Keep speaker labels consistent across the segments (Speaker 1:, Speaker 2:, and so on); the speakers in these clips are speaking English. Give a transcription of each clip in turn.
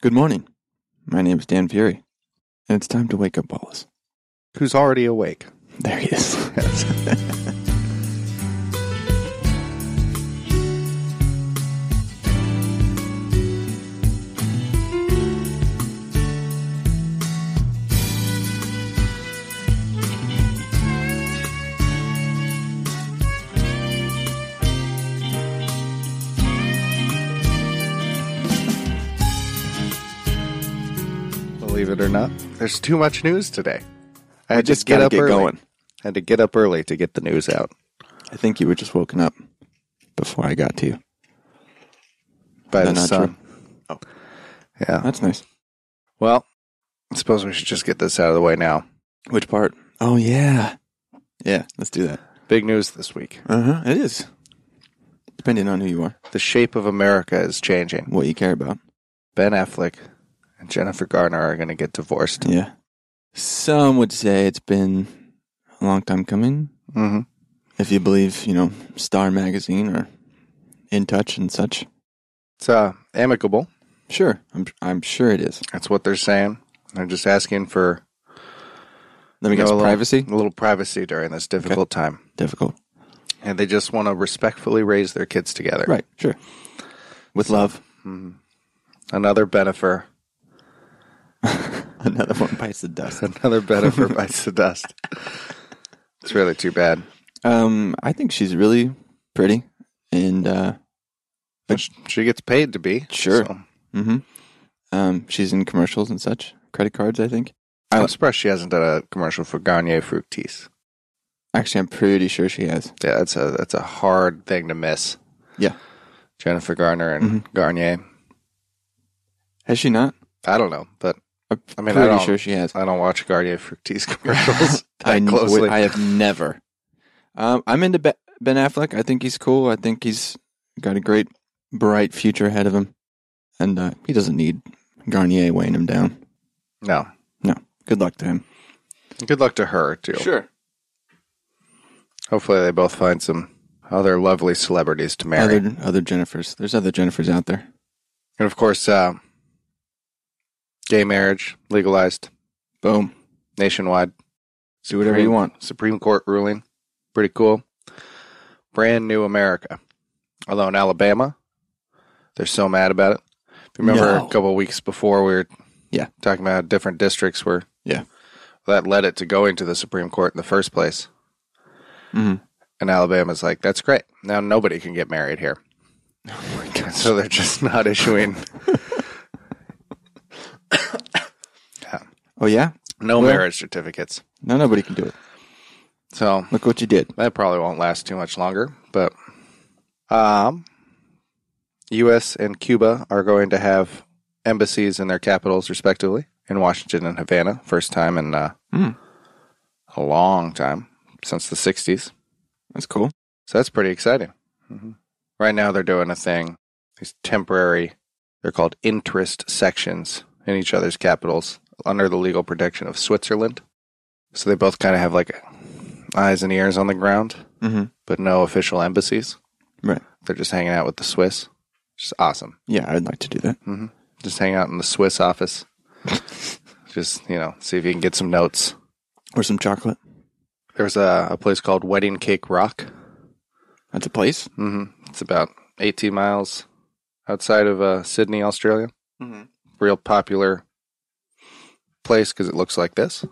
Speaker 1: Good morning. My name is Dan Fury, and it's time to wake up Wallace.
Speaker 2: Who's already awake?
Speaker 1: There he is.
Speaker 2: Believe it or not, there's too much news today. I had
Speaker 1: Just
Speaker 2: to get
Speaker 1: gotta
Speaker 2: up
Speaker 1: get
Speaker 2: early.
Speaker 1: going.
Speaker 2: had to get up early to get the news out.
Speaker 1: I think you were just woken up before I got to you.
Speaker 2: By
Speaker 1: No, Oh.
Speaker 2: the
Speaker 1: not
Speaker 2: sun.
Speaker 1: true.
Speaker 2: Yeah.
Speaker 1: Oh, That's nice.
Speaker 2: Well, I suppose we should just get this out of the way now.
Speaker 1: Which part? Oh yeah, yeah. Let's do that.
Speaker 2: Big news this week.
Speaker 1: Uh huh. It is. Depending on who you are,
Speaker 2: The shape of America is changing.
Speaker 1: what you care about.
Speaker 2: Ben Affleck and Jennifer Garner are going to get divorced.
Speaker 1: Yeah. Some would say it's been a long time coming.
Speaker 2: Mm-hmm.
Speaker 1: If you believe, you know, Star Magazine or In Touch and such.
Speaker 2: It's uh, amicable.
Speaker 1: Sure, I'm. I'm sure it is.
Speaker 2: That's what they're saying. They're just asking for
Speaker 1: Let me
Speaker 2: you know,
Speaker 1: guess.
Speaker 2: a little-
Speaker 1: privacy
Speaker 2: a little privacy during this difficult time.
Speaker 1: difficult.
Speaker 2: And they just want to respectfully raise their kids together.
Speaker 1: Right. Sure. With love.
Speaker 2: Another benefer.
Speaker 1: Another one bites the dust.
Speaker 2: Another benefer bites the dust. It's really too bad.
Speaker 1: Um, I think she's really pretty, and uh,
Speaker 2: But sh- she gets paid to be.
Speaker 1: Sure.
Speaker 2: so
Speaker 1: mhm. um, she's in commercials and such, credit cards. I think.
Speaker 2: I'm surprised she hasn't done a commercial for Garnier Fructis.
Speaker 1: Actually, I'm pretty sure she has.
Speaker 2: Yeah, that's a that's a hard thing to miss.
Speaker 1: Yeah. Mm-hmm.
Speaker 2: Jennifer Garner and Garnier.
Speaker 1: Has she not?
Speaker 2: I don't know, but
Speaker 1: I'm
Speaker 2: I mean, I
Speaker 1: pretty
Speaker 2: don't-
Speaker 1: sure she has.
Speaker 2: I don't watch Garnier Fructis commercials that
Speaker 1: I,
Speaker 2: closely.
Speaker 1: I have never. Um, I'm into Be- Ben Affleck. I think he's cool. I think he's got a great, bright future ahead of him, and uh, he doesn't need Garnier weighing him down.
Speaker 2: no.
Speaker 1: No, good luck to him.
Speaker 2: Good luck to her too.
Speaker 1: Sure.
Speaker 2: Hopefully, they both find some other lovely celebrities to marry.
Speaker 1: Other other Jennifers. There's other Jennifers out there.
Speaker 2: And of course, uh, gay marriage legalized
Speaker 1: Boom.
Speaker 2: nationwide.
Speaker 1: Do whatever you want.
Speaker 2: Supreme Court ruling. Pretty cool. Brand new America. Although in Alabama, they're so mad about it. If you remember
Speaker 1: No.
Speaker 2: a couple of weeks before, we were
Speaker 1: Yeah.
Speaker 2: talking about how different districts were.
Speaker 1: Yeah.
Speaker 2: That led it to going to the Supreme Court in the first place.
Speaker 1: Mhm.
Speaker 2: And Alabama's like, that's great. Now nobody can get married here. So they're just not issuing
Speaker 1: Oh yeah.
Speaker 2: no
Speaker 1: Well-
Speaker 2: marriage certificates.
Speaker 1: No, nobody can do it.
Speaker 2: So
Speaker 1: Look what you did.
Speaker 2: that probably won't last too much longer. But um, U.S. and Cuba are going to have embassies in their capitals, respectively, in Washington and Havana. First time in uh,
Speaker 1: Hmm.
Speaker 2: a long time since the '60s.
Speaker 1: That's cool.
Speaker 2: So that's pretty exciting. Right now, they're doing a thing. These temporary, they're called interest sections in each other's capitals under the legal protection of Switzerland. So they both kind of have like eyes and ears on the ground,
Speaker 1: Mm-hmm.
Speaker 2: but no official embassies.
Speaker 1: Right.
Speaker 2: They're just hanging out with the Swiss. Just awesome.
Speaker 1: Yeah, I'd like to do that.
Speaker 2: Just hang out in the Swiss office. just, you know, see if you can get some notes.
Speaker 1: Or some chocolate.
Speaker 2: There's a, a place called Wedding Cake Rock.
Speaker 1: That's a place.
Speaker 2: hmm It's about 18 miles outside of uh, Sydney, Australia.
Speaker 1: Mhm.
Speaker 2: Real popular place because it looks like this.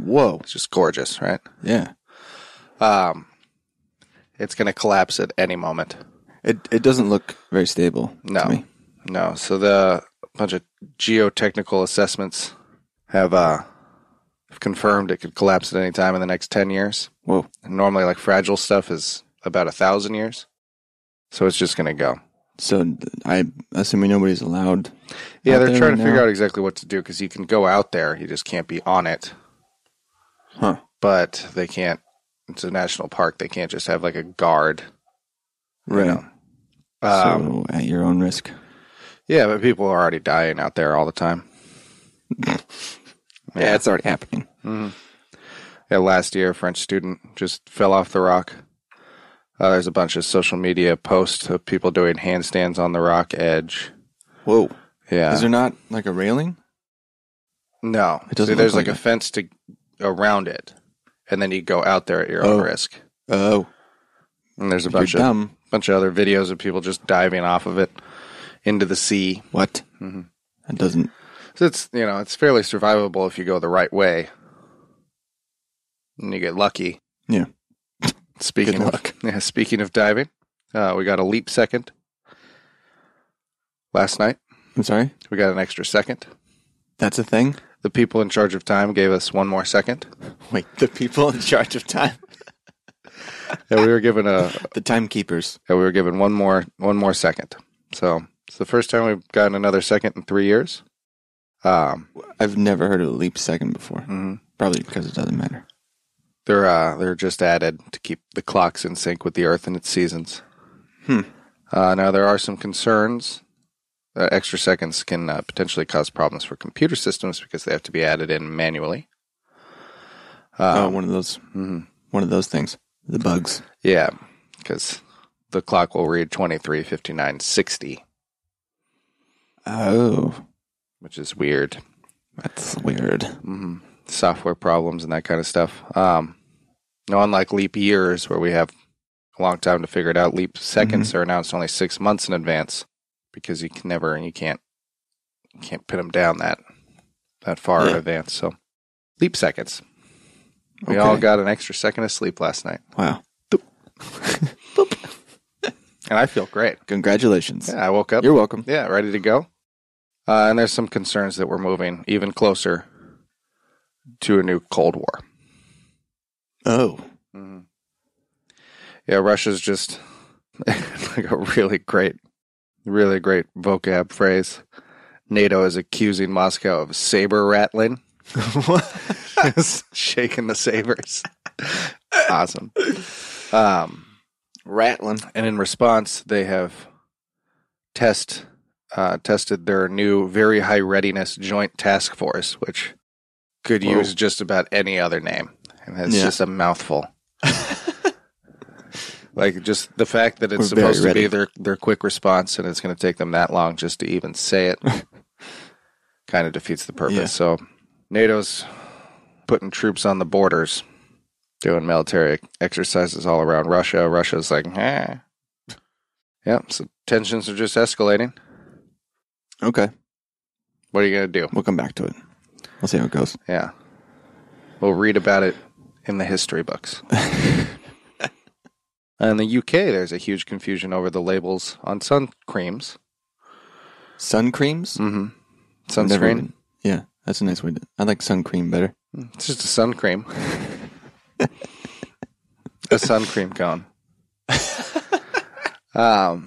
Speaker 1: Whoa.
Speaker 2: It's just gorgeous, right?
Speaker 1: Yeah.
Speaker 2: Um, it's going to collapse at any moment.
Speaker 1: It it doesn't look very stable
Speaker 2: No.
Speaker 1: to me.
Speaker 2: No, so the bunch of geotechnical assessments have uh, have confirmed it could collapse at any time in the next 10 years.
Speaker 1: Whoa.
Speaker 2: And normally, like fragile stuff is about a thousand years. So it's just going to go.
Speaker 1: So th- I assuming nobody's allowed.
Speaker 2: Yeah,
Speaker 1: out
Speaker 2: they're
Speaker 1: there
Speaker 2: trying
Speaker 1: right
Speaker 2: to figure
Speaker 1: now?
Speaker 2: out exactly what to do because you can go out there, you just can't be on it.
Speaker 1: Huh.
Speaker 2: But they can't. It's a national park. They can't just have like a guard.
Speaker 1: Right.
Speaker 2: Um,
Speaker 1: so at your own risk.
Speaker 2: yeah, but people are already dying out there all the time. Yeah.
Speaker 1: it's already happening.
Speaker 2: Yeah, last year, a French student just fell off the rock. Uh, there's a bunch of social media posts of people doing handstands on the rock edge.
Speaker 1: Whoa.
Speaker 2: Yeah.
Speaker 1: Is there not like a railing?
Speaker 2: no.
Speaker 1: It doesn't
Speaker 2: See, there's
Speaker 1: look
Speaker 2: like
Speaker 1: like
Speaker 2: a fence to around it, and then you go out there at your own
Speaker 1: Oh.
Speaker 2: risk.
Speaker 1: Oh,
Speaker 2: And there's a
Speaker 1: you're
Speaker 2: bunch of
Speaker 1: dumb.
Speaker 2: bunch of other videos of people just diving off of it into the sea.
Speaker 1: What?
Speaker 2: hmm
Speaker 1: That doesn't.
Speaker 2: So it's you know it's fairly survivable if you go the right way, and you get lucky.
Speaker 1: Yeah.
Speaker 2: Speaking
Speaker 1: Good
Speaker 2: of
Speaker 1: luck.
Speaker 2: yeah, speaking of diving, uh, we got a leap second last night.
Speaker 1: I'm sorry.
Speaker 2: We got an extra second.
Speaker 1: That's a thing.
Speaker 2: The people in charge of time gave us one more second.
Speaker 1: Wait, the people in charge of time,
Speaker 2: Yeah, we were given a
Speaker 1: the timekeepers.
Speaker 2: yeah, we were given one more one more second. So it's the first time we've gotten another second in three years. Um,
Speaker 1: I've never heard of a leap second before.
Speaker 2: mhm.
Speaker 1: Probably because it doesn't matter.
Speaker 2: They're uh, they're just added to keep the clocks in sync with the Earth and its seasons.
Speaker 1: Hmm.
Speaker 2: Uh, now there are some concerns that extra seconds can uh, potentially cause problems for computer systems because they have to be added in manually.
Speaker 1: oh,
Speaker 2: Uh,
Speaker 1: one of those,
Speaker 2: mhm.
Speaker 1: one of those things. The bugs.
Speaker 2: Yeah, because the clock will read 23, 59, 60,
Speaker 1: Oh,
Speaker 2: which is weird.
Speaker 1: that's weird.
Speaker 2: hmm Software problems and that kind of stuff. Um, now, unlike leap years where we have a long time to figure it out, leap seconds
Speaker 1: Mm-hmm.
Speaker 2: are announced only six months in advance because you can never and you can't you can't pin them down that that far in
Speaker 1: Yeah.
Speaker 2: advance. So, leap seconds. We all
Speaker 1: Okay.
Speaker 2: got an extra second of sleep last night,
Speaker 1: Wow.
Speaker 2: and I feel great.
Speaker 1: Congratulations.
Speaker 2: Yeah, I woke up.
Speaker 1: You're welcome.
Speaker 2: yeah, ready to go. Uh, and there's some concerns that we're moving even closer to a new Cold War.
Speaker 1: Oh,
Speaker 2: hmm Yeah, Russia's just like a really great, really great vocab phrase. NATO is accusing Moscow of saber rattling, shaking the sabers. awesome. Um,
Speaker 1: rattling.
Speaker 2: and in response, they have test uh, tested their new very high readiness joint task force, which could
Speaker 1: Whoa.
Speaker 2: use just about any other name, and that's
Speaker 1: Yeah.
Speaker 2: just a mouthful. like just the fact that it's
Speaker 1: We're very
Speaker 2: supposed to be
Speaker 1: ready.
Speaker 2: their their quick response, and it's going to take them that long just to even say it, kind of defeats the purpose.
Speaker 1: Yeah.
Speaker 2: So NATO's putting troops on the borders. Doing military exercises all around Russia. Russia's like, eh, Yep. So tensions are just escalating.
Speaker 1: Okay,
Speaker 2: What are you going to do?
Speaker 1: we'll come back to it. We'll see how it goes.
Speaker 2: Yeah. We'll read about it in the history books. in the UK, there's a huge confusion over the labels on sun creams.
Speaker 1: Sun creams.
Speaker 2: Mm-hmm.
Speaker 1: I've never
Speaker 2: Sunscreen.
Speaker 1: even- yeah, that's a nice way to. I like sun cream better.
Speaker 2: It's just a sun cream. a sun cream cone. um,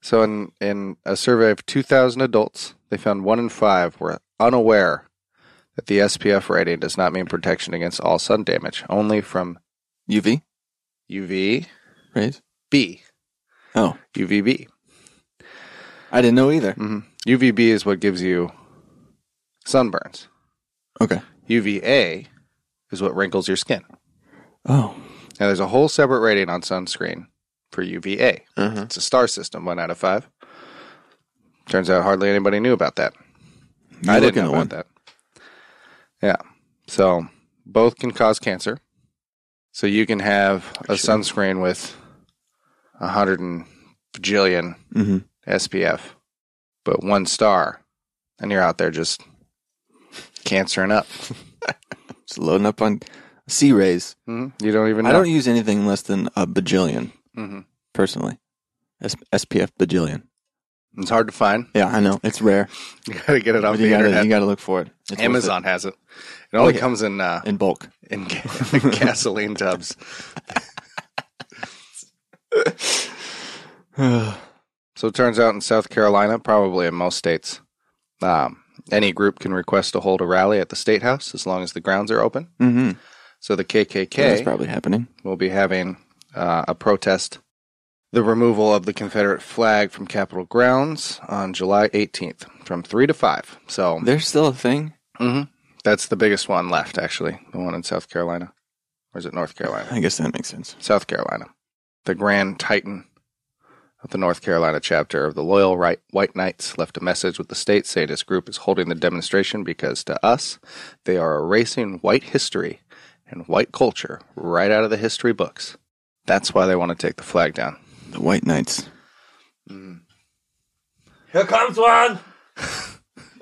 Speaker 2: so, in, in a survey of 2,000 adults, they found one in five were unaware that the SPF rating does not mean protection against all sun damage, only from
Speaker 1: UV
Speaker 2: UVB.
Speaker 1: rays. Oh,
Speaker 2: UVB.
Speaker 1: I didn't know either.
Speaker 2: hmm UVB is what gives you sunburns,
Speaker 1: Okay.
Speaker 2: UVA is what wrinkles your skin.
Speaker 1: Oh.
Speaker 2: Now, there's a whole separate rating on sunscreen for UVA.
Speaker 1: Uh-huh.
Speaker 2: It's a star system, one out of five. Turns out hardly anybody knew about that. I didn't know about that. Yeah. So both can cause cancer. So you can have a
Speaker 1: Sure.
Speaker 2: sunscreen with a hundred and bajillion
Speaker 1: hmm
Speaker 2: SPF, but one star, and you're out there just cancering up.
Speaker 1: Just loading up on C rays.
Speaker 2: Mhm. You don't even know.
Speaker 1: I don't e- use anything less than a bajillion
Speaker 2: Mhm.
Speaker 1: personally. S- SPF bajillion.
Speaker 2: It's hard to find.
Speaker 1: Yeah, I know it's rare.
Speaker 2: You got to get it
Speaker 1: But
Speaker 2: off the
Speaker 1: you gotta
Speaker 2: internet.
Speaker 1: you gotta look for it. It's worth it.
Speaker 2: Amazon has it. It only
Speaker 1: yeah.
Speaker 2: comes in uh,
Speaker 1: in bulk.
Speaker 2: in ga- gasoline tubs.
Speaker 1: Mm-hmm.
Speaker 2: So it turns out in South Carolina, probably in most states, um, any group can request to hold a rally at the state house as long as the grounds are open.
Speaker 1: hmm
Speaker 2: So the
Speaker 1: That's
Speaker 2: KKK
Speaker 1: probably happening.
Speaker 2: will be having uh, a protest, the removal of the Confederate flag from Capitol grounds on July 18th from three to five. So
Speaker 1: There's still a thing.
Speaker 2: mhm. that's the biggest one left, actually, the one in South Carolina, or is it North Carolina?
Speaker 1: I guess that makes sense.
Speaker 2: South Carolina, the Grand Titan of the North Carolina chapter of the Loyal right, White Knights left a message with the state saying his group is holding the demonstration because to us, they are erasing white history and white culture right out of the history books. That's why they want to take the flag down.
Speaker 1: The White Knights.
Speaker 3: Here comes one!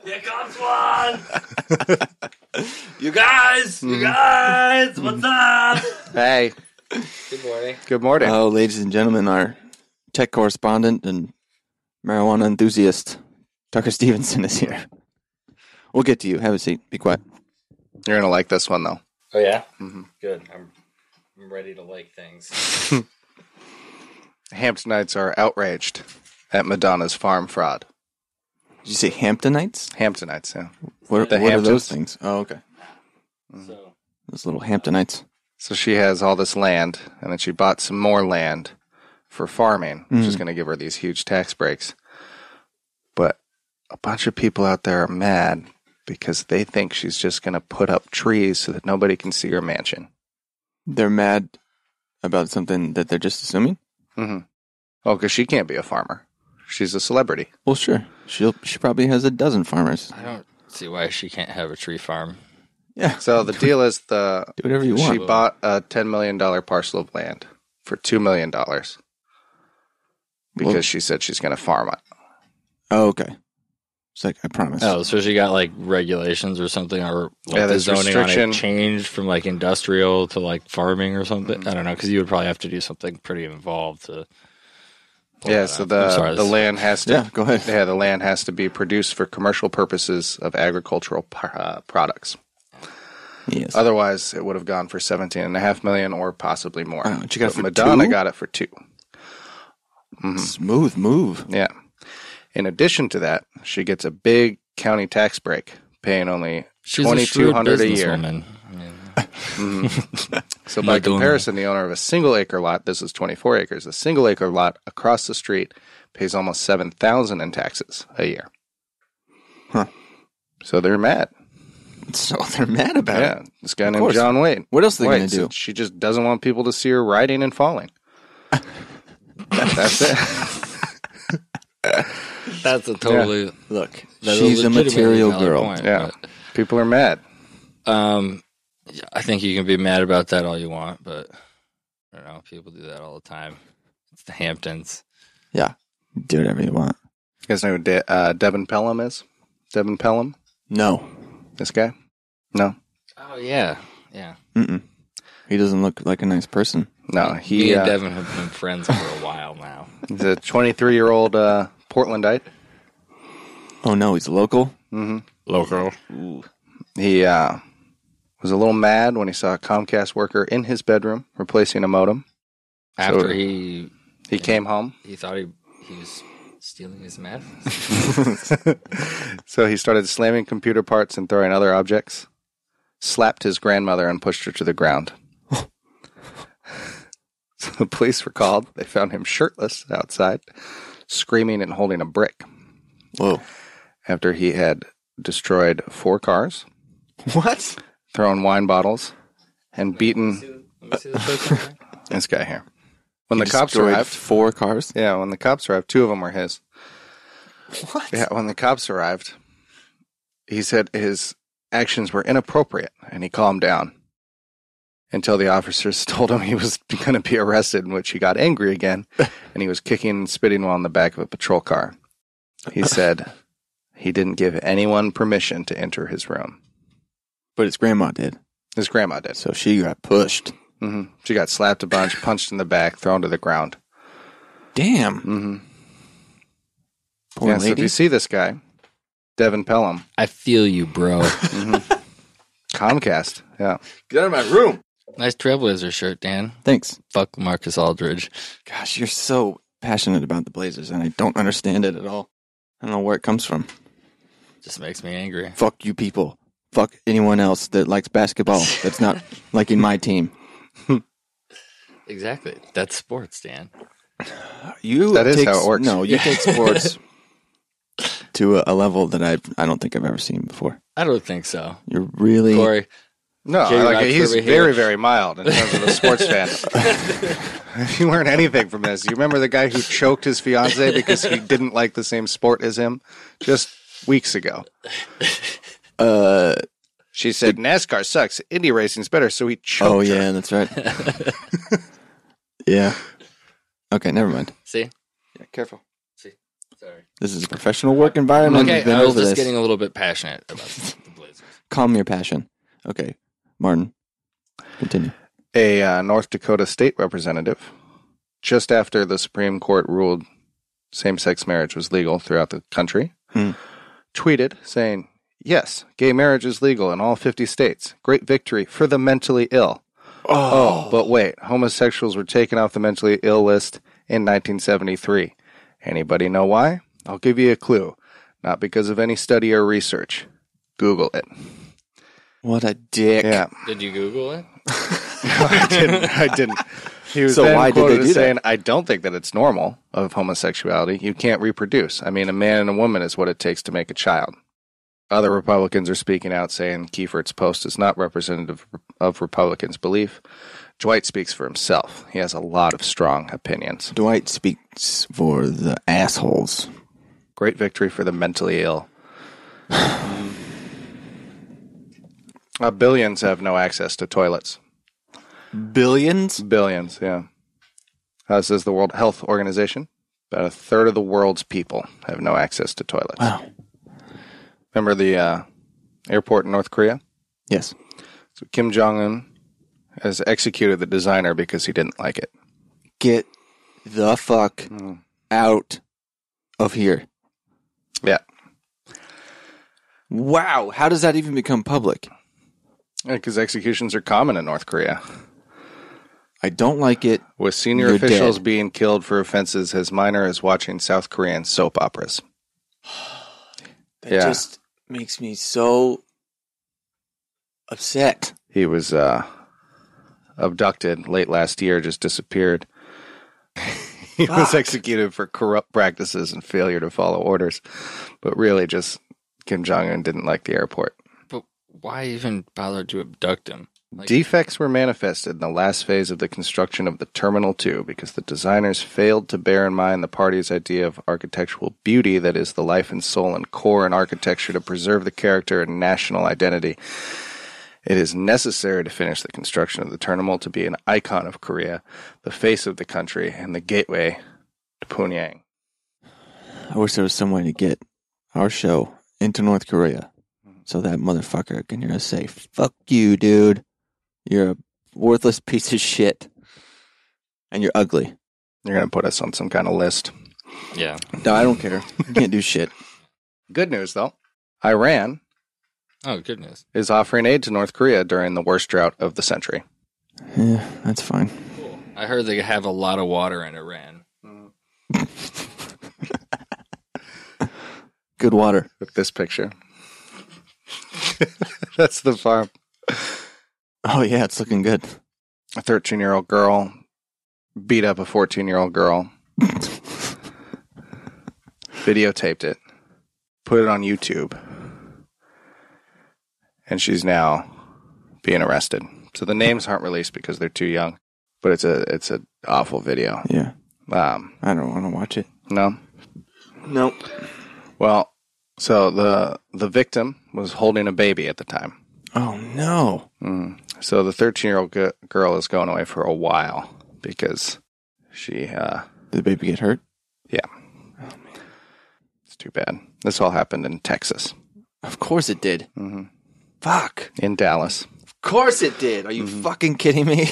Speaker 3: Here comes one! you guys!
Speaker 4: Mm-hmm.
Speaker 3: You guys! What's up?
Speaker 2: Hey,
Speaker 3: Good morning.
Speaker 2: good morning.
Speaker 1: Oh, ladies and gentlemen, our tech correspondent and marijuana enthusiast, Tucker Stevenson, is here. We'll get to you. Have a seat. Be quiet.
Speaker 2: You're going to like this one, though.
Speaker 3: Oh, yeah?
Speaker 4: Mm-hmm.
Speaker 2: Mhm.
Speaker 3: Good. I'm, I'm ready to like things.
Speaker 2: Hamptonites are outraged at Madonna's farm fraud.
Speaker 1: Did you say Hamptonites?
Speaker 2: Hamptonites, yeah.
Speaker 1: What,
Speaker 2: The
Speaker 1: what are those
Speaker 2: Hamptons.
Speaker 1: things? Oh, okay.
Speaker 4: Mm-hmm.
Speaker 3: So,
Speaker 1: Those little Hamptonites.
Speaker 2: So she has all this land, and then she bought some more land for farming, which
Speaker 1: Mm.
Speaker 2: is going to give her these huge tax breaks. But a bunch of people out there are mad because they think she's just going to put up trees so that nobody can see her mansion.
Speaker 1: They're mad about something that they're just assuming?
Speaker 2: Mm-hmm. Oh, because she can't be a farmer; she's a celebrity.
Speaker 1: Well, sure. She'll, she probably has a dozen farmers.
Speaker 3: I don't see why she can't have a tree farm.
Speaker 1: Yeah.
Speaker 2: So the deal is the
Speaker 1: Do whatever you
Speaker 2: she
Speaker 1: want.
Speaker 2: bought a ten million dollar parcel of land for two million dollars because
Speaker 1: Well-
Speaker 2: she said she's going to farm it.
Speaker 1: Oh, okay. It's like, I promise.
Speaker 4: Oh, so she got like regulations or something, or like
Speaker 2: Yeah,
Speaker 4: the
Speaker 2: there's
Speaker 4: zoning on
Speaker 2: restriction.
Speaker 4: it changed from like industrial to like farming or something. I don't know because you would probably have to do something pretty involved to. pull
Speaker 2: yeah,
Speaker 4: that
Speaker 2: so
Speaker 4: off. I'm
Speaker 2: the
Speaker 4: sorry,
Speaker 2: the
Speaker 4: this-
Speaker 2: land has to
Speaker 1: Yeah, go ahead.
Speaker 2: Yeah, the land has to be produced for commercial purposes of agricultural p- uh, products.
Speaker 1: Yes.
Speaker 2: Uh, Otherwise, it would have gone for seventeen and a half million or possibly more.
Speaker 1: Wow, and she got it
Speaker 2: But
Speaker 1: for
Speaker 2: Madonna
Speaker 1: two?
Speaker 2: got it for two.
Speaker 1: Mm-hmm. Smooth move.
Speaker 2: Yeah. In addition to that, she gets a big county tax break, paying only
Speaker 4: she's
Speaker 2: twenty two hundred a
Speaker 4: shrewd
Speaker 2: year.
Speaker 4: businesswoman.
Speaker 2: So by
Speaker 4: Not doing
Speaker 2: comparison, the owner of a single acre lot, this is twenty four acres, a single acre lot across the street pays almost seven thousand in taxes a year.
Speaker 1: Huh.
Speaker 2: So they're mad.
Speaker 1: So they're mad about it.
Speaker 2: Yeah, this guy named
Speaker 1: Uh, course.
Speaker 2: John Wayne.
Speaker 1: What else are they
Speaker 2: Wayne
Speaker 1: gonna do?
Speaker 2: said She just doesn't want people to see her riding and falling. That's it.
Speaker 4: That's a totally
Speaker 1: Look,
Speaker 4: that's
Speaker 1: she's a
Speaker 4: legitimately
Speaker 1: material
Speaker 4: valid
Speaker 1: girl.
Speaker 4: point,
Speaker 2: Yeah, people are mad.
Speaker 4: but, um, yeah, I think you can be mad about that all you want, but I don't know. People do that all the time. It's the Hamptons.
Speaker 1: Do whatever you want.
Speaker 2: You guys know who De- uh, Devin Pelham is? Devin Pelham,
Speaker 1: No.
Speaker 2: this guy. No,
Speaker 4: Oh yeah, yeah.
Speaker 1: Mm-mm. He doesn't look like a nice person.
Speaker 2: no,
Speaker 4: Me
Speaker 2: he
Speaker 4: and
Speaker 2: uh,
Speaker 4: Devin have been friends for a while now.
Speaker 2: he's a 23 year old uh, Portlandite.
Speaker 1: Oh no, he's local.
Speaker 4: Local.
Speaker 2: Mm-hmm. He uh, was a little mad when he saw a Comcast worker in his bedroom replacing a modem.
Speaker 4: After
Speaker 2: So-
Speaker 4: he
Speaker 2: He came home,
Speaker 4: he thought he he was stealing his meth.
Speaker 2: so he started slamming computer parts and throwing other objects, slapped his grandmother, and pushed her to the ground. so the police were called. They found him shirtless outside, screaming and holding a brick
Speaker 1: Whoa.
Speaker 2: after he had destroyed four cars,
Speaker 1: What?
Speaker 2: thrown wine bottles, and beaten
Speaker 4: Let me see this person.
Speaker 2: this guy here. When
Speaker 1: He
Speaker 2: the cops
Speaker 1: destroyed
Speaker 2: arrived,
Speaker 1: four cars.
Speaker 2: Yeah, when the cops arrived, two of them were his. What? Yeah, when the cops arrived, he said his actions were inappropriate and he calmed down until the officers told him he was going to be arrested, in which he got angry again and he was kicking and spitting while in the back of a patrol car. He said he didn't give anyone permission to enter his room.
Speaker 1: But his grandma did,
Speaker 2: His grandma did.
Speaker 1: so she got pushed.
Speaker 2: hmm She got slapped a bunch, punched in the back, thrown to the ground.
Speaker 1: Damn.
Speaker 2: hmm
Speaker 1: Poor
Speaker 2: yeah, so if
Speaker 1: lady.
Speaker 2: you see this guy, Devin Pelham, mm-hmm.
Speaker 4: I feel you, bro.
Speaker 2: Comcast. Yeah.
Speaker 1: Get out of my room.
Speaker 4: nice Trailblazer shirt, Dan.
Speaker 1: Thanks.
Speaker 4: Fuck Marcus Aldridge.
Speaker 1: Gosh, you're so passionate about the Blazers, and I don't understand it at all. I don't know where it comes from.
Speaker 4: Just makes me angry.
Speaker 1: Fuck you, people. Fuck anyone else that likes basketball that's not liking my team.
Speaker 4: Exactly. That's sports, Dan.
Speaker 1: You
Speaker 2: That is
Speaker 1: take-
Speaker 2: how it works.
Speaker 1: No, you take sports to a, a level that I I don't think I've ever seen before.
Speaker 4: I don't think so,
Speaker 1: You're really
Speaker 4: Corey.
Speaker 2: No,
Speaker 4: J.
Speaker 2: like,
Speaker 4: Rod
Speaker 2: he's
Speaker 4: Trivihage.
Speaker 2: very, very mild in terms of a sports fan. If you learn anything from this, you remember the guy who choked his fiance because he didn't like the same sport as him just weeks ago.
Speaker 1: Uh,
Speaker 2: She said NASCAR sucks, Indy racing's better, so he choked.
Speaker 1: oh
Speaker 2: her.
Speaker 1: yeah, that's right. yeah. Okay, never mind.
Speaker 4: See?
Speaker 1: Yeah, careful.
Speaker 4: Sorry.
Speaker 1: This is a professional work environment.
Speaker 4: Okay,
Speaker 1: We've been
Speaker 4: I was
Speaker 1: over
Speaker 4: just
Speaker 1: this.
Speaker 4: getting a little bit passionate about the Blazers.
Speaker 1: Calm your passion. Okay, Martin, continue.
Speaker 2: a uh, North Dakota state representative just after the Supreme Court ruled same sex marriage was legal throughout the country
Speaker 1: Hmm.
Speaker 2: tweeted saying, Yes, gay marriage is legal in all 50 states. Great victory for the mentally ill. Oh, but wait, homosexuals were taken off the mentally ill list in 1973. Anybody know why? I'll give you a clue. Not because of any study or research. Google it.
Speaker 1: What a dick.
Speaker 2: Yeah.
Speaker 4: Did you Google it?
Speaker 2: No, I didn't. I didn't. He was
Speaker 1: So
Speaker 2: then
Speaker 1: why did they
Speaker 2: quoted
Speaker 1: do
Speaker 2: as
Speaker 1: that?
Speaker 2: saying, "I don't think that it's normal of homosexuality. You can't reproduce. I mean, a man and a woman is what it takes to make a child." Other Republicans are speaking out, saying Kiefert's post is not representative of Republicans' belief. Dwight speaks for himself. He has a lot of strong opinions.
Speaker 1: Dwight speaks for the assholes.
Speaker 2: Great victory for the mentally ill. uh, billions have no access to toilets.
Speaker 1: Billions?
Speaker 2: Billions, yeah. Uh, says the World Health Organization. About a third of the world's people have no access to toilets.
Speaker 1: Wow.
Speaker 2: Remember the uh, airport in North Korea?
Speaker 1: Yes.
Speaker 2: So Kim Jong Un has executed the designer because he didn't like it.
Speaker 1: Get the fuck out of here.
Speaker 2: Yeah,
Speaker 1: Wow. How does that even become public?
Speaker 2: because executions are common in North Korea,
Speaker 1: I don't like it.
Speaker 2: with senior
Speaker 1: You're
Speaker 2: officials
Speaker 1: dead.
Speaker 2: being killed for offenses as minor as watching South Korean soap operas.
Speaker 1: That
Speaker 2: Yeah.
Speaker 1: just makes me so upset.
Speaker 2: He was uh, abducted late last year, just disappeared. he was
Speaker 1: Fuck.
Speaker 2: executed for corrupt practices and failure to follow orders, but really just Kim Jong un didn't like the airport.
Speaker 4: But why even bother to abduct him? Like-
Speaker 2: Defects were manifested in the last phase of the construction of the Terminal 2 because the designers failed to bear in mind the party's idea of architectural beauty that is the life and soul and core in architecture to preserve the character and national identity. It is necessary to finish the construction of the terminal to be an icon of Korea, the face of the country, and the gateway to Pyongyang.
Speaker 1: I wish there was some way to get our show into North Korea so that motherfucker can hear us say, fuck you, dude. You're a worthless piece of shit. And you're ugly.
Speaker 2: You're going to put us on some kind of list.
Speaker 4: Yeah.
Speaker 1: No, I don't care. You can't do shit.
Speaker 2: Good news, though Iran
Speaker 4: Oh, goodness.
Speaker 2: is offering aid to North Korea during the worst drought of the century.
Speaker 1: Yeah, that's fine.
Speaker 4: I heard they have a lot of water in Iran.
Speaker 1: Good water.
Speaker 2: with this picture. That's the farm.
Speaker 1: Oh yeah, it's looking good.
Speaker 2: A 13 year old girl beat up a 14 year old girl, videotaped it, put it on YouTube, and she's now being arrested. So the names aren't released because they're too young, but it's a it's an awful video.
Speaker 1: Yeah,
Speaker 2: Um,
Speaker 1: I don't want to watch it.
Speaker 2: no,
Speaker 1: Nope.
Speaker 2: well, so the the victim was holding a baby at the time.
Speaker 1: Oh no.
Speaker 2: Mm. So the 13 year old g- girl is going away for a while because she, uh,
Speaker 1: Did the baby get hurt?
Speaker 2: it's too bad. This all happened in Texas,
Speaker 1: Of course it did.
Speaker 2: Mhm.
Speaker 1: Fuck.
Speaker 2: in Dallas.
Speaker 1: Of course it did. Are you fucking kidding me?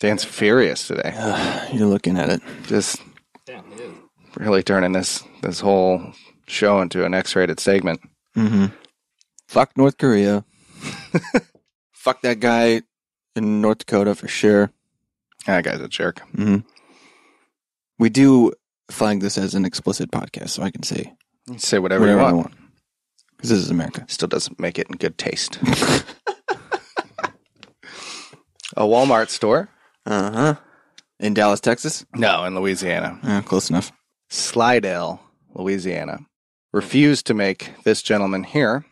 Speaker 2: Dan's furious today.
Speaker 1: Ugh, you're looking at it.
Speaker 2: Just
Speaker 4: Damn, it is.
Speaker 2: really turning this, this whole show into an X rated segment.
Speaker 1: Mm-hmm. Fuck North Korea. Fuck that guy in North Dakota for sure.
Speaker 2: That guy's a jerk.
Speaker 1: Mm-hmm. We do flag this as an explicit podcast, so I can say
Speaker 2: You can Say whatever,
Speaker 1: whatever
Speaker 2: you
Speaker 1: I
Speaker 2: want.
Speaker 1: want because this is America.
Speaker 2: Still doesn't make it in good taste. a Walmart store?
Speaker 1: Uh huh. In Dallas, Texas.
Speaker 2: No, in Louisiana.
Speaker 1: Uh, close enough.
Speaker 2: Slidell, Louisiana. refused to make this gentleman here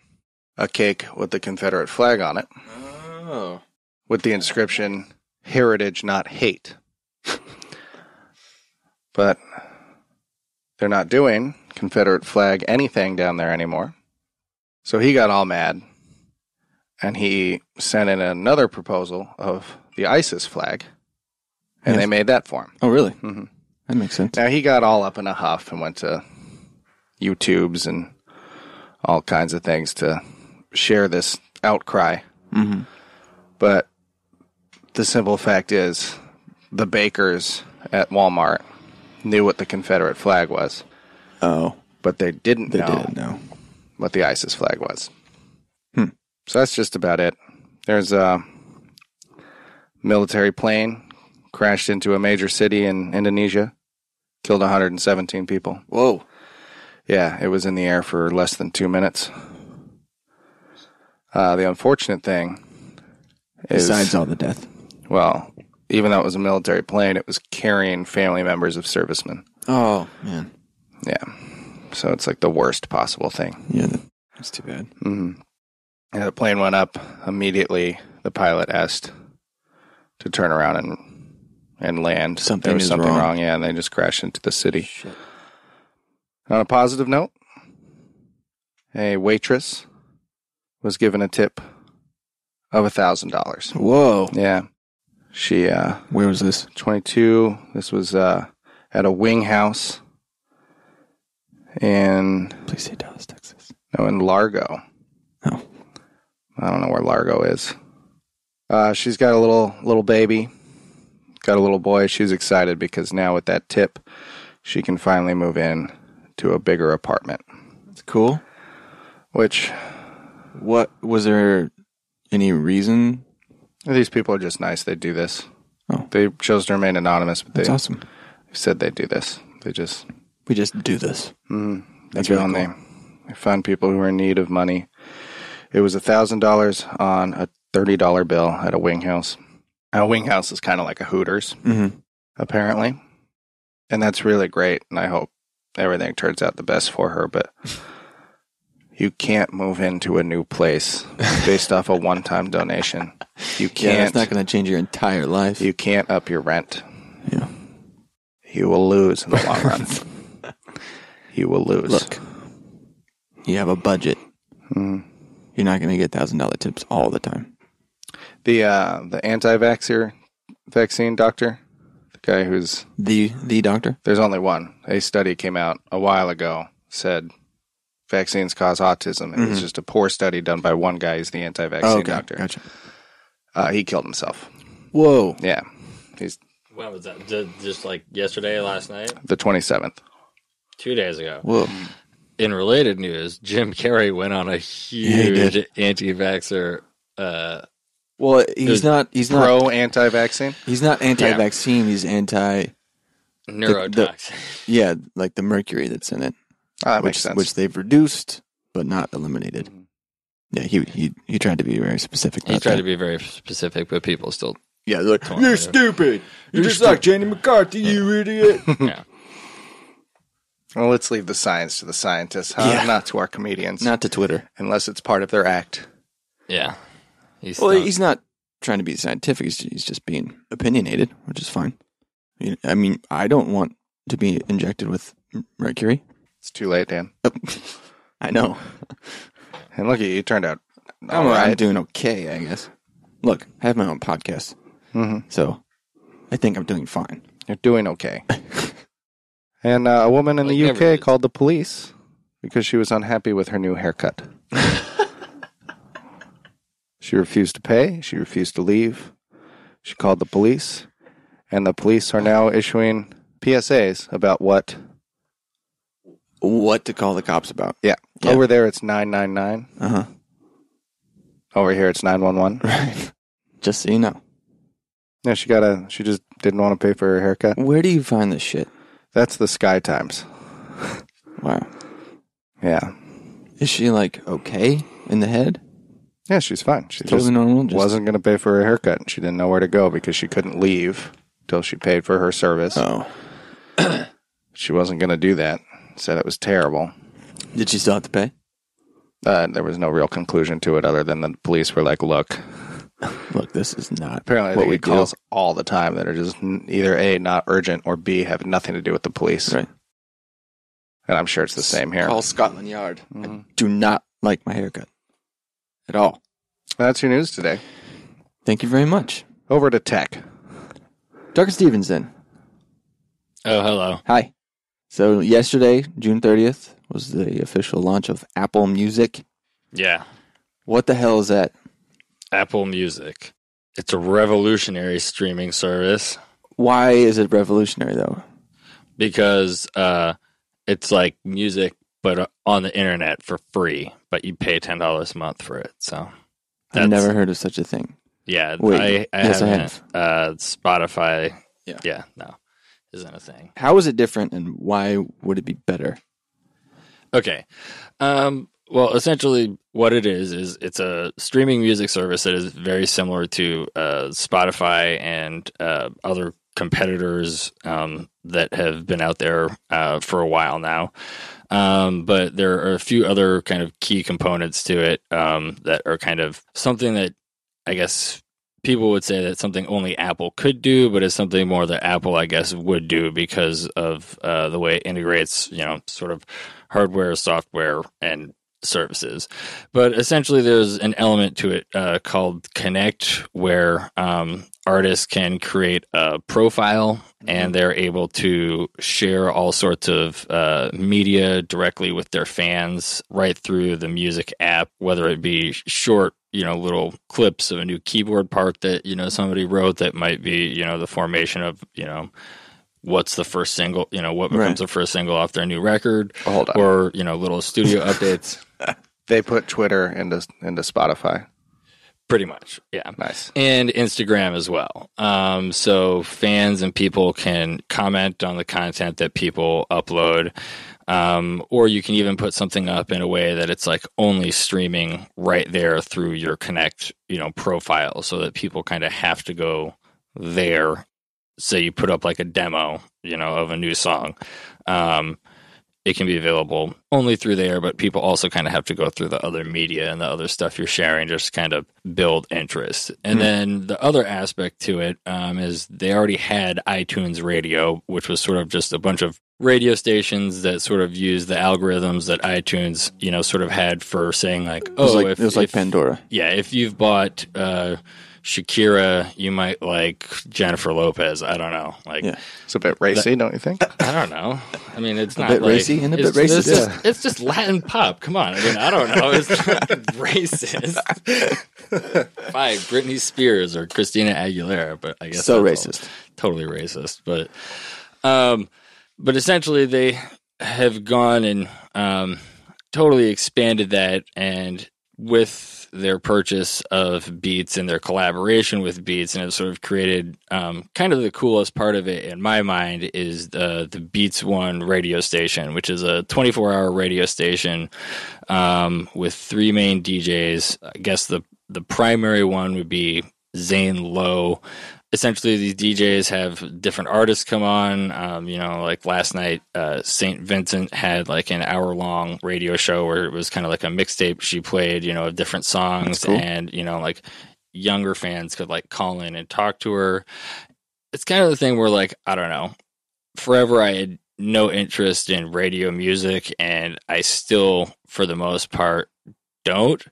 Speaker 2: a cake with the Confederate flag on it
Speaker 3: Oh.
Speaker 2: with the inscription heritage not hate but they're not doing confederate flag anything down there anymore so he got all mad and he sent in another proposal of the isis flag
Speaker 1: Yes.
Speaker 2: and they made that for him
Speaker 1: Oh, really?
Speaker 2: Mhm.
Speaker 1: That makes sense.
Speaker 2: now he got all up in a huff and went to youtubes and all kinds of things to share this outcry
Speaker 1: Mm-hmm.
Speaker 2: but the simple fact is, the bakers at Walmart knew what the Confederate flag was,
Speaker 1: Oh,
Speaker 2: but they didn't
Speaker 1: they
Speaker 2: know
Speaker 1: didn't know.
Speaker 2: what the ISIS flag was.
Speaker 1: Hmm.
Speaker 2: So that's just about it. There's a military plane crashed into a major city in Indonesia, killed 117 people.
Speaker 1: Whoa.
Speaker 2: Yeah, it was in the air for less than two minutes. Uh, the unfortunate thing is,
Speaker 1: Besides all the death.
Speaker 2: well, even though it was a military plane, it was carrying family members of servicemen.
Speaker 1: Oh, man.
Speaker 2: Yeah. So it's like the worst possible thing.
Speaker 1: Yeah, that- that's too bad.
Speaker 2: Mm-hmm. And the plane went up. Immediately, the pilot asked to turn around and and land.
Speaker 1: Something
Speaker 2: there was
Speaker 1: is
Speaker 2: something
Speaker 1: wrong.
Speaker 2: wrong. Yeah, and they just crashed into the city.
Speaker 1: Shit.
Speaker 2: On a positive note, a waitress was given a tip of a thousand dollars.
Speaker 1: Whoa.
Speaker 2: Yeah, she uh,
Speaker 1: Where was this?
Speaker 2: 22. This was uh, at a wing house in
Speaker 1: Please say Dallas, Texas.
Speaker 2: no in Largo.
Speaker 1: Oh.
Speaker 2: I don't know where Largo is. Uh, she's got a little little baby, got a little boy. She's excited because now with that tip, she can finally move in to a bigger apartment.
Speaker 1: That's cool.
Speaker 2: Which
Speaker 1: What was there any reason?
Speaker 2: these people are just nice. They do this.
Speaker 1: Oh.
Speaker 2: They chose to remain anonymous, but
Speaker 1: That's
Speaker 2: they
Speaker 1: awesome.
Speaker 2: said they do this. They just
Speaker 1: We just do this.
Speaker 2: Mm, they
Speaker 1: That's
Speaker 2: go
Speaker 1: really
Speaker 2: and they, they find people who are in need of money. It was thousand dollars on a thirty dollar bill at a wing house. A wing house is kind of like a Hooters,
Speaker 1: Mm-hmm.
Speaker 2: apparently, and that's really great. And I hope everything turns out the best for her. But you can't move into a new place based off a one time donation. You
Speaker 1: Yeah,
Speaker 2: can't.
Speaker 1: that's not going to change your entire life.
Speaker 2: you can't up your rent.
Speaker 1: Yeah.
Speaker 2: You will lose in the long run. you will lose.
Speaker 1: Look, you have a budget.
Speaker 2: Mm.
Speaker 1: You're not going to get thousand dollar tips all the time.
Speaker 2: the uh, the anti-vaxxer vaccine doctor, the guy who's
Speaker 1: The the doctor.
Speaker 2: there's only one. A study came out a while ago said vaccines cause autism. It was just a poor study done by one guy who's the anti-vaccine doctor.
Speaker 1: Mm-hmm. Oh, gotcha.
Speaker 2: Uh, he killed himself.
Speaker 1: Whoa,
Speaker 2: Yeah, he's
Speaker 4: When was that? Ju- Just like yesterday, last night,
Speaker 2: the 27th.
Speaker 4: two days ago.
Speaker 1: whoa.
Speaker 4: In related news, Jim Carrey went on a
Speaker 1: he
Speaker 4: huge anti-vaxer. Uh,
Speaker 1: Well,
Speaker 4: There's
Speaker 1: he's not. He's not.
Speaker 2: Pro anti-vaccine.
Speaker 1: He's not anti-vaccine. He's anti.
Speaker 4: neurotoxin.
Speaker 1: Yeah, like the mercury that's in it,
Speaker 2: Ah,
Speaker 1: which
Speaker 2: that makes sense.
Speaker 1: which they've reduced but not eliminated. Yeah, he he he tried to be very specific.
Speaker 4: Hmm. he
Speaker 1: about
Speaker 4: tried
Speaker 1: that.
Speaker 4: to be very specific, but people still.
Speaker 1: Yeah, they're like
Speaker 4: Come on,
Speaker 1: you're
Speaker 4: yeah.
Speaker 1: stupid. You're, just like Jenny McCarthy, you idiot.
Speaker 4: Yeah.
Speaker 2: well, let's leave the science to the scientists, huh?
Speaker 1: Yeah.
Speaker 2: not to our comedians,
Speaker 1: not to Twitter.
Speaker 2: unless it's part of their act.
Speaker 4: Yeah. He's
Speaker 1: Well,
Speaker 4: not-
Speaker 1: he's not trying to be scientific. He's, he's just being opinionated, which is fine. You know, I mean, I don't want to be injected with m- mercury.
Speaker 2: It's too late, Dan.
Speaker 1: I know.
Speaker 2: And look at you, you turned out all
Speaker 1: I'm, I'm
Speaker 2: right.
Speaker 1: doing okay, I guess. Look, I have my own podcast,
Speaker 2: Mhm.
Speaker 1: so I think I'm doing fine.
Speaker 2: You're doing okay. and uh, a woman in
Speaker 4: Like
Speaker 2: the UK
Speaker 4: everything.
Speaker 2: called the police because she was unhappy with her new haircut. she refused to pay. She refused to leave. She called the police, and the police are now issuing PSAs about what.
Speaker 1: What to call the cops about?
Speaker 2: Yeah,
Speaker 1: Yeah.
Speaker 2: over there it's nine nine nine.
Speaker 1: Uh huh.
Speaker 2: Over here it's nine one one.
Speaker 1: Right. Just so you know,
Speaker 2: Yeah, she got a. She just didn't want to pay for her haircut.
Speaker 1: where do you find this shit?
Speaker 2: That's the Sky Times.
Speaker 1: Wow.
Speaker 2: Yeah,
Speaker 1: Is she like okay in the head?
Speaker 2: yeah, she's fine. She
Speaker 1: Totally
Speaker 2: just
Speaker 1: normal. Just,
Speaker 2: wasn't going to pay for her haircut and she didn't know where to go because she couldn't leave till she paid for her service.
Speaker 1: Oh,
Speaker 2: She wasn't going to do that. Said it was terrible.
Speaker 1: Did she still have to pay?
Speaker 2: Uh, there was no real conclusion to it other than the police were like, look,
Speaker 1: Look, this is not
Speaker 2: apparently
Speaker 1: what
Speaker 2: they
Speaker 1: we
Speaker 2: get calls all the time that are just n- either A, not urgent, or B, have nothing to do with the police.
Speaker 1: Right.
Speaker 2: And I'm sure it's the same
Speaker 1: do.
Speaker 2: here.
Speaker 1: Call Scotland Yard. I
Speaker 2: Mhm.
Speaker 1: do not like my haircut at all.
Speaker 2: That's your news today.
Speaker 1: Thank you very much.
Speaker 2: Over to tech.
Speaker 1: Dr. Stevenson.
Speaker 4: Oh, hello.
Speaker 1: Hi. So yesterday, June 30th, was the official launch of Apple Music.
Speaker 4: Yeah.
Speaker 1: What the hell is that?
Speaker 4: Apple Music. It's a revolutionary streaming service
Speaker 1: Why is it revolutionary though?
Speaker 4: because uh, it's like music, but uh, on the internet for free, but you pay $10 a month for it. So,
Speaker 1: I've
Speaker 4: That's-
Speaker 1: never heard of such a thing.
Speaker 4: yeah.
Speaker 1: Wait,
Speaker 4: I, I
Speaker 1: yes, I
Speaker 4: haven't. Uh, Spotify.
Speaker 1: Yeah.
Speaker 4: Yeah. No, isn't a thing.
Speaker 1: How is it different and why would it be better?
Speaker 4: Okay. Um, well, essentially, what it is is it's a streaming music service that is very similar to uh, Spotify and uh, other competitors um, that have been out there uh, for a while now. Um, but there are a few other kind of key components to it um, that are kind of something that I guess people would say that something only Apple could do, but it's something more that Apple, I guess, would do because of uh, the way it integrates, you know, sort of hardware, software, and services. But essentially, there's an element to it uh, called Connect, where um, artists can create a profile and they're able to share all sorts of uh, media directly with their fans right through the music app, whether it be short. You know, little clips of a new keyboard part that, you know, somebody wrote that might be, you know, the formation of, you know, what's the first single, you know, what becomes
Speaker 1: Right.
Speaker 4: the first single off their new record
Speaker 2: Hold on.
Speaker 4: or you know little studio updates
Speaker 2: They put Twitter into into Spotify.
Speaker 4: pretty much yeah
Speaker 2: Nice.
Speaker 4: and instagram as well um, so fans and people can comment on the content that people upload um, or you can even put something up in a way that it's like only streaming right there through your connect you know profile so that people kind of have to go there so you put up like a demo you know of a new song um, it can be available only through there, but people also kind of have to go through the other media and the other stuff you're sharing just to kind of build interest. And
Speaker 1: Hmm.
Speaker 4: then the other aspect to it um, is they already had iTunes Radio, which was sort of just a bunch of radio stations that sort of use the algorithms that iTunes, you know, sort of had for saying like,
Speaker 1: It was
Speaker 4: oh,
Speaker 1: like,
Speaker 4: if,
Speaker 1: it was like
Speaker 4: if-
Speaker 1: Pandora.
Speaker 4: yeah, if you've bought uh, Shakira, you might like Jennifer Lopez. I don't know, like.
Speaker 1: Yeah.
Speaker 2: It's a bit racy, don't you think?
Speaker 4: I don't know. I mean, it's
Speaker 1: A
Speaker 4: not
Speaker 1: bit
Speaker 4: like,
Speaker 1: racy and a
Speaker 4: it's,
Speaker 1: bit
Speaker 4: It's
Speaker 1: racist.
Speaker 4: just, it's just Latin pop. Come on. I mean, I don't know. It's not racist. By Britney Spears or Christina Aguilera, but I guess
Speaker 1: So
Speaker 4: that's all-
Speaker 1: racist.
Speaker 4: totally racist. But, um, but essentially they have gone and um, totally expanded that and with their purchase of Beats and their collaboration with Beats, and have sort of created um, kind of the coolest part of it in my mind is the the Beats One radio station, which is a 24 hour radio station um, with three main DJs. I guess the the primary one would be Zane Lowe. Essentially, these DJs have different artists come on. Um, you know, like last night, uh, St. Vincent had like an hour long radio show where it was kind of like a mixtape she played, you know, of different songs.
Speaker 1: That's cool.
Speaker 4: And, you know, like younger fans could like call in and talk to her. It's kind of the thing where, like, I don't know, forever I had no interest in radio music, and I still, for the most part, don't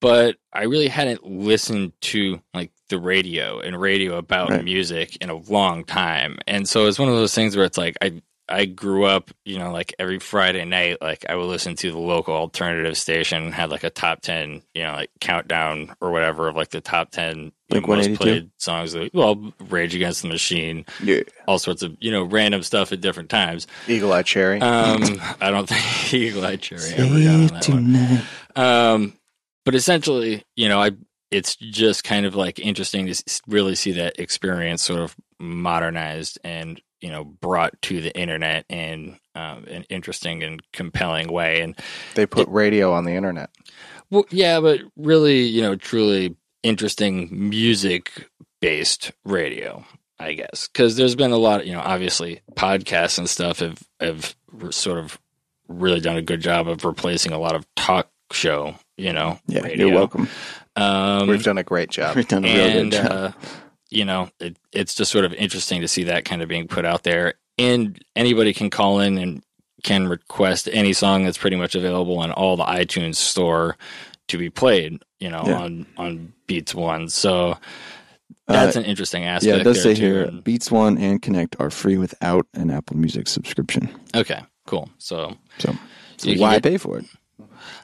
Speaker 4: but I really hadn't listened to like the radio and radio about
Speaker 1: Right.
Speaker 4: music in a long time. And so it's one of those things where it's like I I grew up, you know, like every Friday night, like I would listen to the local alternative station, had like a top ten, you know, like countdown or whatever of like the top ten you know, most
Speaker 1: 182?
Speaker 4: played songs. Of, the- well, Rage Against the Machine,
Speaker 1: Yeah.
Speaker 4: all sorts of you know random stuff at different times.
Speaker 2: Eagle Eye Cherry.
Speaker 4: Um, I don't think Eagle Eye Cherry ever got on that one.
Speaker 1: tonight.
Speaker 4: Um, but essentially, you know, I it's just kind of like interesting to s- really see that experience sort of modernized and you know brought to the internet in um, an interesting and compelling way. And
Speaker 2: they put radio on the internet.
Speaker 4: well, yeah, but really, you know, truly interesting music based radio, I guess, because there's been a lot, you know, obviously podcasts and stuff have have sort of really done a good job of replacing a lot of talk show. You know,
Speaker 1: Yeah,
Speaker 4: radio.
Speaker 1: you're welcome.
Speaker 4: Um,
Speaker 2: We've done a great job.
Speaker 1: We've done a real
Speaker 4: and
Speaker 1: good job.
Speaker 4: uh, you know it, it's just sort of interesting to see that kind of being put out there and anybody can call in and can request any song that's pretty much available on all the itunes store to be played you know
Speaker 1: Yeah.
Speaker 4: on on beats one so
Speaker 1: Uh,
Speaker 4: that's an interesting aspect
Speaker 1: yeah, it does
Speaker 4: there
Speaker 1: say
Speaker 4: too.
Speaker 1: here
Speaker 4: And-
Speaker 1: Beats One and Connect are free without an Apple Music subscription.
Speaker 4: okay cool so
Speaker 1: So, so
Speaker 4: You can
Speaker 1: why
Speaker 4: get-
Speaker 1: pay for it?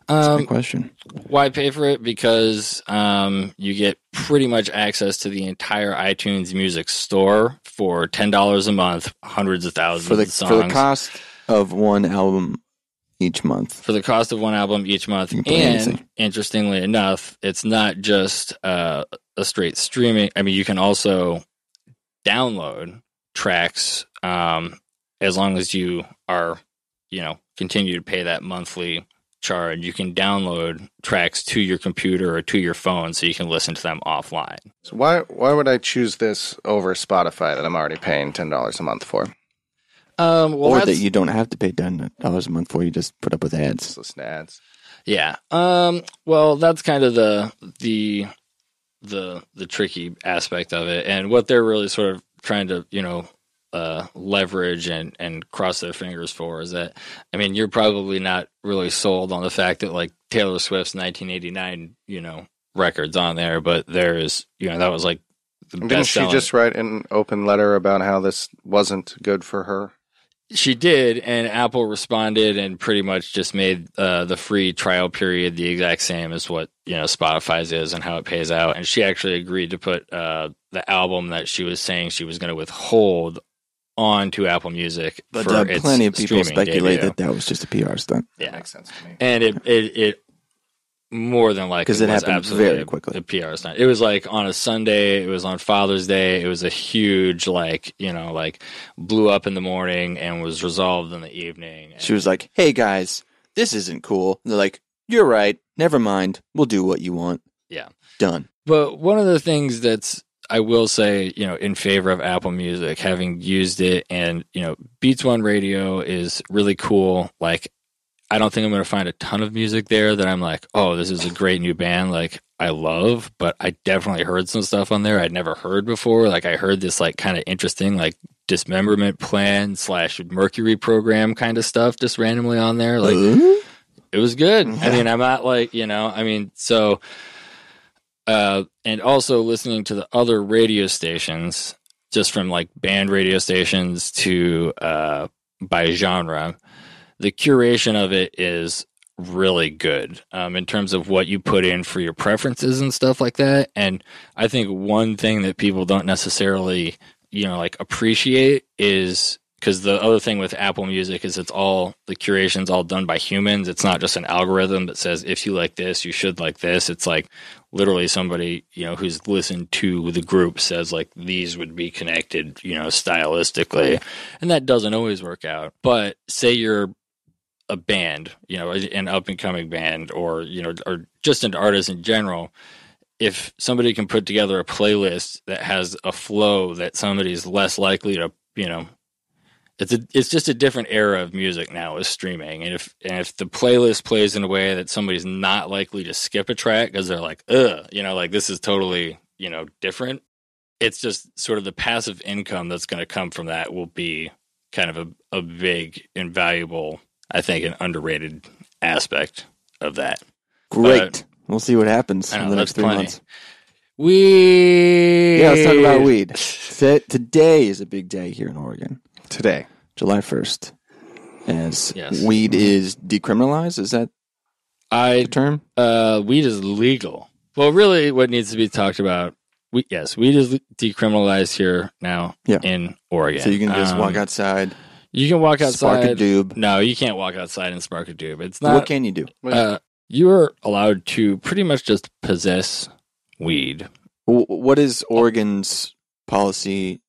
Speaker 1: That's the
Speaker 4: um,
Speaker 1: question.
Speaker 4: why pay for it because um, you get pretty much access to the entire itunes music store for $10 a month hundreds of thousands
Speaker 1: For the
Speaker 4: of songs
Speaker 1: for the cost of one album each month.
Speaker 4: for the cost of one album each month.
Speaker 1: You can play
Speaker 4: And
Speaker 1: anything.
Speaker 4: interestingly enough, it's not just uh, a straight streaming. I mean, you can also download tracks um, as long as you are, you know, continue to pay that monthly charge. You can download tracks to your computer or to your phone so you can listen to them offline.
Speaker 2: So why why would I choose this over Spotify that I'm already paying ten dollars a month for?
Speaker 4: Um, well,
Speaker 1: or
Speaker 4: that's-
Speaker 1: that you don't have to pay ten dollars a month for. You just put up with ads.
Speaker 2: Just listen to ads.
Speaker 4: Yeah. Um. Well, that's kind of the the the the tricky aspect of it, and what they're really sort of trying to you know uh, leverage and and cross their fingers for is that I mean you're probably not really sold on the fact that like Taylor Swift's 1989 you know records on there, but there is you know that was like the
Speaker 2: Didn't
Speaker 4: best
Speaker 2: she
Speaker 4: selling-
Speaker 2: just write an open letter about how this wasn't good for her?
Speaker 4: She did, and Apple responded and pretty much just made uh, the free trial period the exact same as what you know Spotify's is and how it pays out. And she actually agreed to put uh, the album that she was saying she was going to withhold onto Apple Music.
Speaker 1: But
Speaker 4: for
Speaker 1: uh,
Speaker 4: its
Speaker 1: plenty of people
Speaker 4: streaming
Speaker 1: speculate
Speaker 4: debut.
Speaker 1: that that was just a PR stunt.
Speaker 2: That
Speaker 4: yeah,
Speaker 2: makes sense to me.
Speaker 4: and it it, it more than likely
Speaker 1: 'Cause it
Speaker 4: was
Speaker 1: happened
Speaker 4: absolutely
Speaker 1: very quickly.
Speaker 4: The PR stunt. It was like on a Sunday. It was on Father's Day. It was a huge like you know like blew up in the morning and was resolved in the evening.
Speaker 1: She was like, "Hey guys, this isn't cool." And they're like, "You're right. Never mind. We'll do what you want."
Speaker 4: Yeah.
Speaker 1: done.
Speaker 4: But one of the things that's I will say, you know, in favor of Apple Music, having used it, and you know, Beats One Radio is really cool. Like, I don't think I'm going to find a ton of music there that I'm like, oh, this is a great new band. Like, I love, but I definitely heard some stuff on there I'd never heard before. Like, I heard this like kind of interesting like dismemberment plan slash Mercury program kind of stuff just randomly on there. Like,
Speaker 1: Ooh.
Speaker 4: it was good. I
Speaker 1: Yeah.
Speaker 4: mean, I'm not like, you know, I mean, so, uh, and also listening to the other radio stations, just from like band radio stations to, uh, by genre, the curation of it is really good, um, in terms of what you put in for your preferences and stuff like that. And I think one thing that people don't necessarily, you know, like appreciate is because the other thing with Apple Music is it's all the curation's all done by humans. It's not just an algorithm that says if you like this, you should like this. It's like literally somebody you know who's listened to the group says like these would be connected, you know, stylistically, and that doesn't always work out. But say you're a band, you know, an up and coming band, or you know, or just an artist in general, if somebody can put together a playlist that has a flow that somebody's less likely to, you know, it's a, it's just a different era of music now is streaming, and if and if the playlist plays in a way that somebody's not likely to skip a track because they're like, ugh, you know, like this is totally you know different. It's just sort of the passive income that's going to come from that will be kind of a, a big and valuable, I think, an underrated aspect of that.
Speaker 1: Great. we'll see what happens
Speaker 4: I know,
Speaker 1: in the
Speaker 4: that's
Speaker 1: next three
Speaker 4: plenty.
Speaker 1: months.
Speaker 4: Weed.
Speaker 1: Yeah, let's talk about weed. Today- Today is a big day here in Oregon,
Speaker 2: Today.
Speaker 1: July first, as
Speaker 4: Yes.
Speaker 1: weed is decriminalized. Is that
Speaker 4: I
Speaker 1: the term?
Speaker 4: uh, weed is legal. Well, really, what needs to be talked about? We, yes, weed is decriminalized here now
Speaker 1: Yeah.
Speaker 4: in Oregon.
Speaker 1: So you can just
Speaker 4: Um,
Speaker 1: walk outside,
Speaker 4: You can walk
Speaker 1: spark a
Speaker 4: outside.
Speaker 1: doob.
Speaker 4: No, you can't walk outside and spark a doob. It's
Speaker 1: What
Speaker 4: not.
Speaker 1: can you do?
Speaker 4: uh, you are allowed to pretty much just possess weed.
Speaker 1: Wh- What is Oregon's policy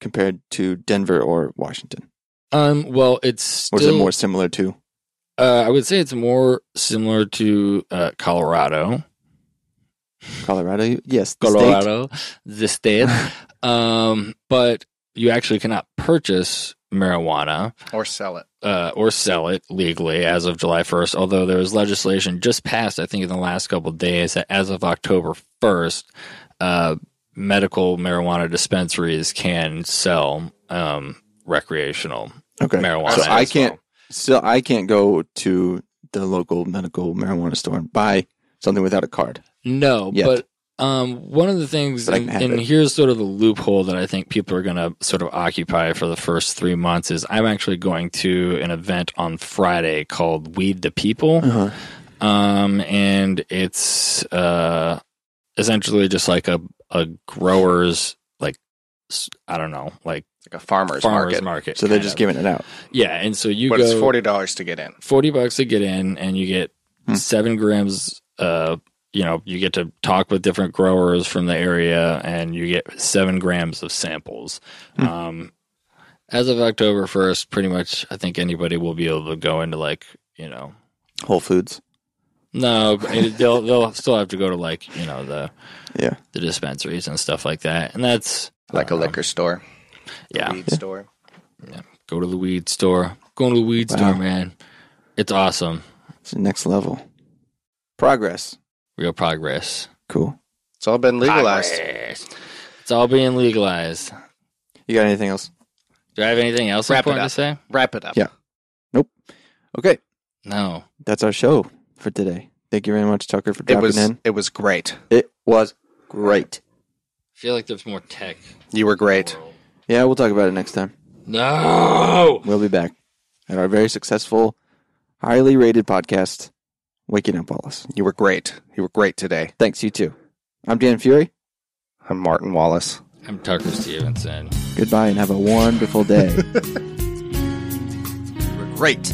Speaker 1: compared to Denver or Washington?
Speaker 4: Um. Well, it's still,
Speaker 1: Or is it more similar to?
Speaker 4: Uh, I would say it's more similar to uh, Colorado.
Speaker 1: Colorado, yes, the
Speaker 4: Colorado, the state. um, but you actually cannot purchase marijuana
Speaker 2: or sell it.
Speaker 4: uh, or sell it legally as of July 1st. Although there was legislation just passed, I think, in the last couple of days that as of October 1st, uh, medical marijuana dispensaries can sell um, recreational
Speaker 1: Okay.
Speaker 4: marijuana.
Speaker 1: So I
Speaker 4: as
Speaker 1: can't.
Speaker 4: well.
Speaker 1: So I can't go to the local medical marijuana store and buy something without a card.
Speaker 4: No,
Speaker 1: Yet.
Speaker 4: but um, one of the things,
Speaker 1: But I
Speaker 4: and,
Speaker 1: can have
Speaker 4: and
Speaker 1: it.
Speaker 4: here's sort of the loophole that I think people are going to sort of occupy for the first three months is I'm actually going to an event on Friday called Weed the People.
Speaker 1: Uh-huh.
Speaker 4: um, and it's uh, essentially just like a a grower's like s- I don't know like
Speaker 2: Like a farmer's,
Speaker 4: farmers market.
Speaker 2: market.
Speaker 1: So they're
Speaker 4: kind
Speaker 1: just
Speaker 4: of.
Speaker 1: giving it out.
Speaker 4: yeah, and so you
Speaker 2: but
Speaker 4: go
Speaker 2: it's forty dollars to get in.
Speaker 4: 40 bucks to get in and you get
Speaker 1: Hmm.
Speaker 4: seven grams uh you know you get to talk with different growers from the area and you get seven grams of samples
Speaker 1: Hmm.
Speaker 4: um as of october 1st pretty much i think anybody will be able to go into like you know
Speaker 1: Whole Foods.
Speaker 4: no but it- they'll they'll still have to go to like you know the
Speaker 1: Yeah.
Speaker 4: the dispensaries and stuff like that and that's I
Speaker 2: Like a
Speaker 4: don't know.
Speaker 2: liquor store,
Speaker 4: Uh-huh. yeah
Speaker 2: weed store.
Speaker 4: go to the weed store go to the weed
Speaker 1: Wow.
Speaker 4: store man it's awesome
Speaker 1: It's the next level. Progress.
Speaker 4: real progress
Speaker 1: Cool.
Speaker 2: It's all been legalized.
Speaker 4: Progress. It's all being legalized.
Speaker 1: You got anything else?
Speaker 4: Do I have anything else
Speaker 2: Wrap it
Speaker 4: important
Speaker 2: up.
Speaker 4: to say?
Speaker 2: Wrap it up.
Speaker 1: Yeah. Okay.
Speaker 4: No.
Speaker 1: That's our show for today. Thank you very much, Tucker, for
Speaker 2: It
Speaker 1: dropping
Speaker 2: was
Speaker 1: in.
Speaker 2: it was great.
Speaker 1: It was great.
Speaker 4: I feel like there's more tech.
Speaker 2: You were great.
Speaker 1: Yeah, we'll talk about it next time.
Speaker 4: No.
Speaker 1: We'll be back at our very successful, highly rated podcast, Waking Up Wallace.
Speaker 2: You were great. You were great today.
Speaker 1: Thanks, you too. I'm Dan Fury.
Speaker 2: I'm Martin Wallace.
Speaker 4: I'm Tucker Stevenson.
Speaker 1: Goodbye and have a wonderful day.
Speaker 2: You were great.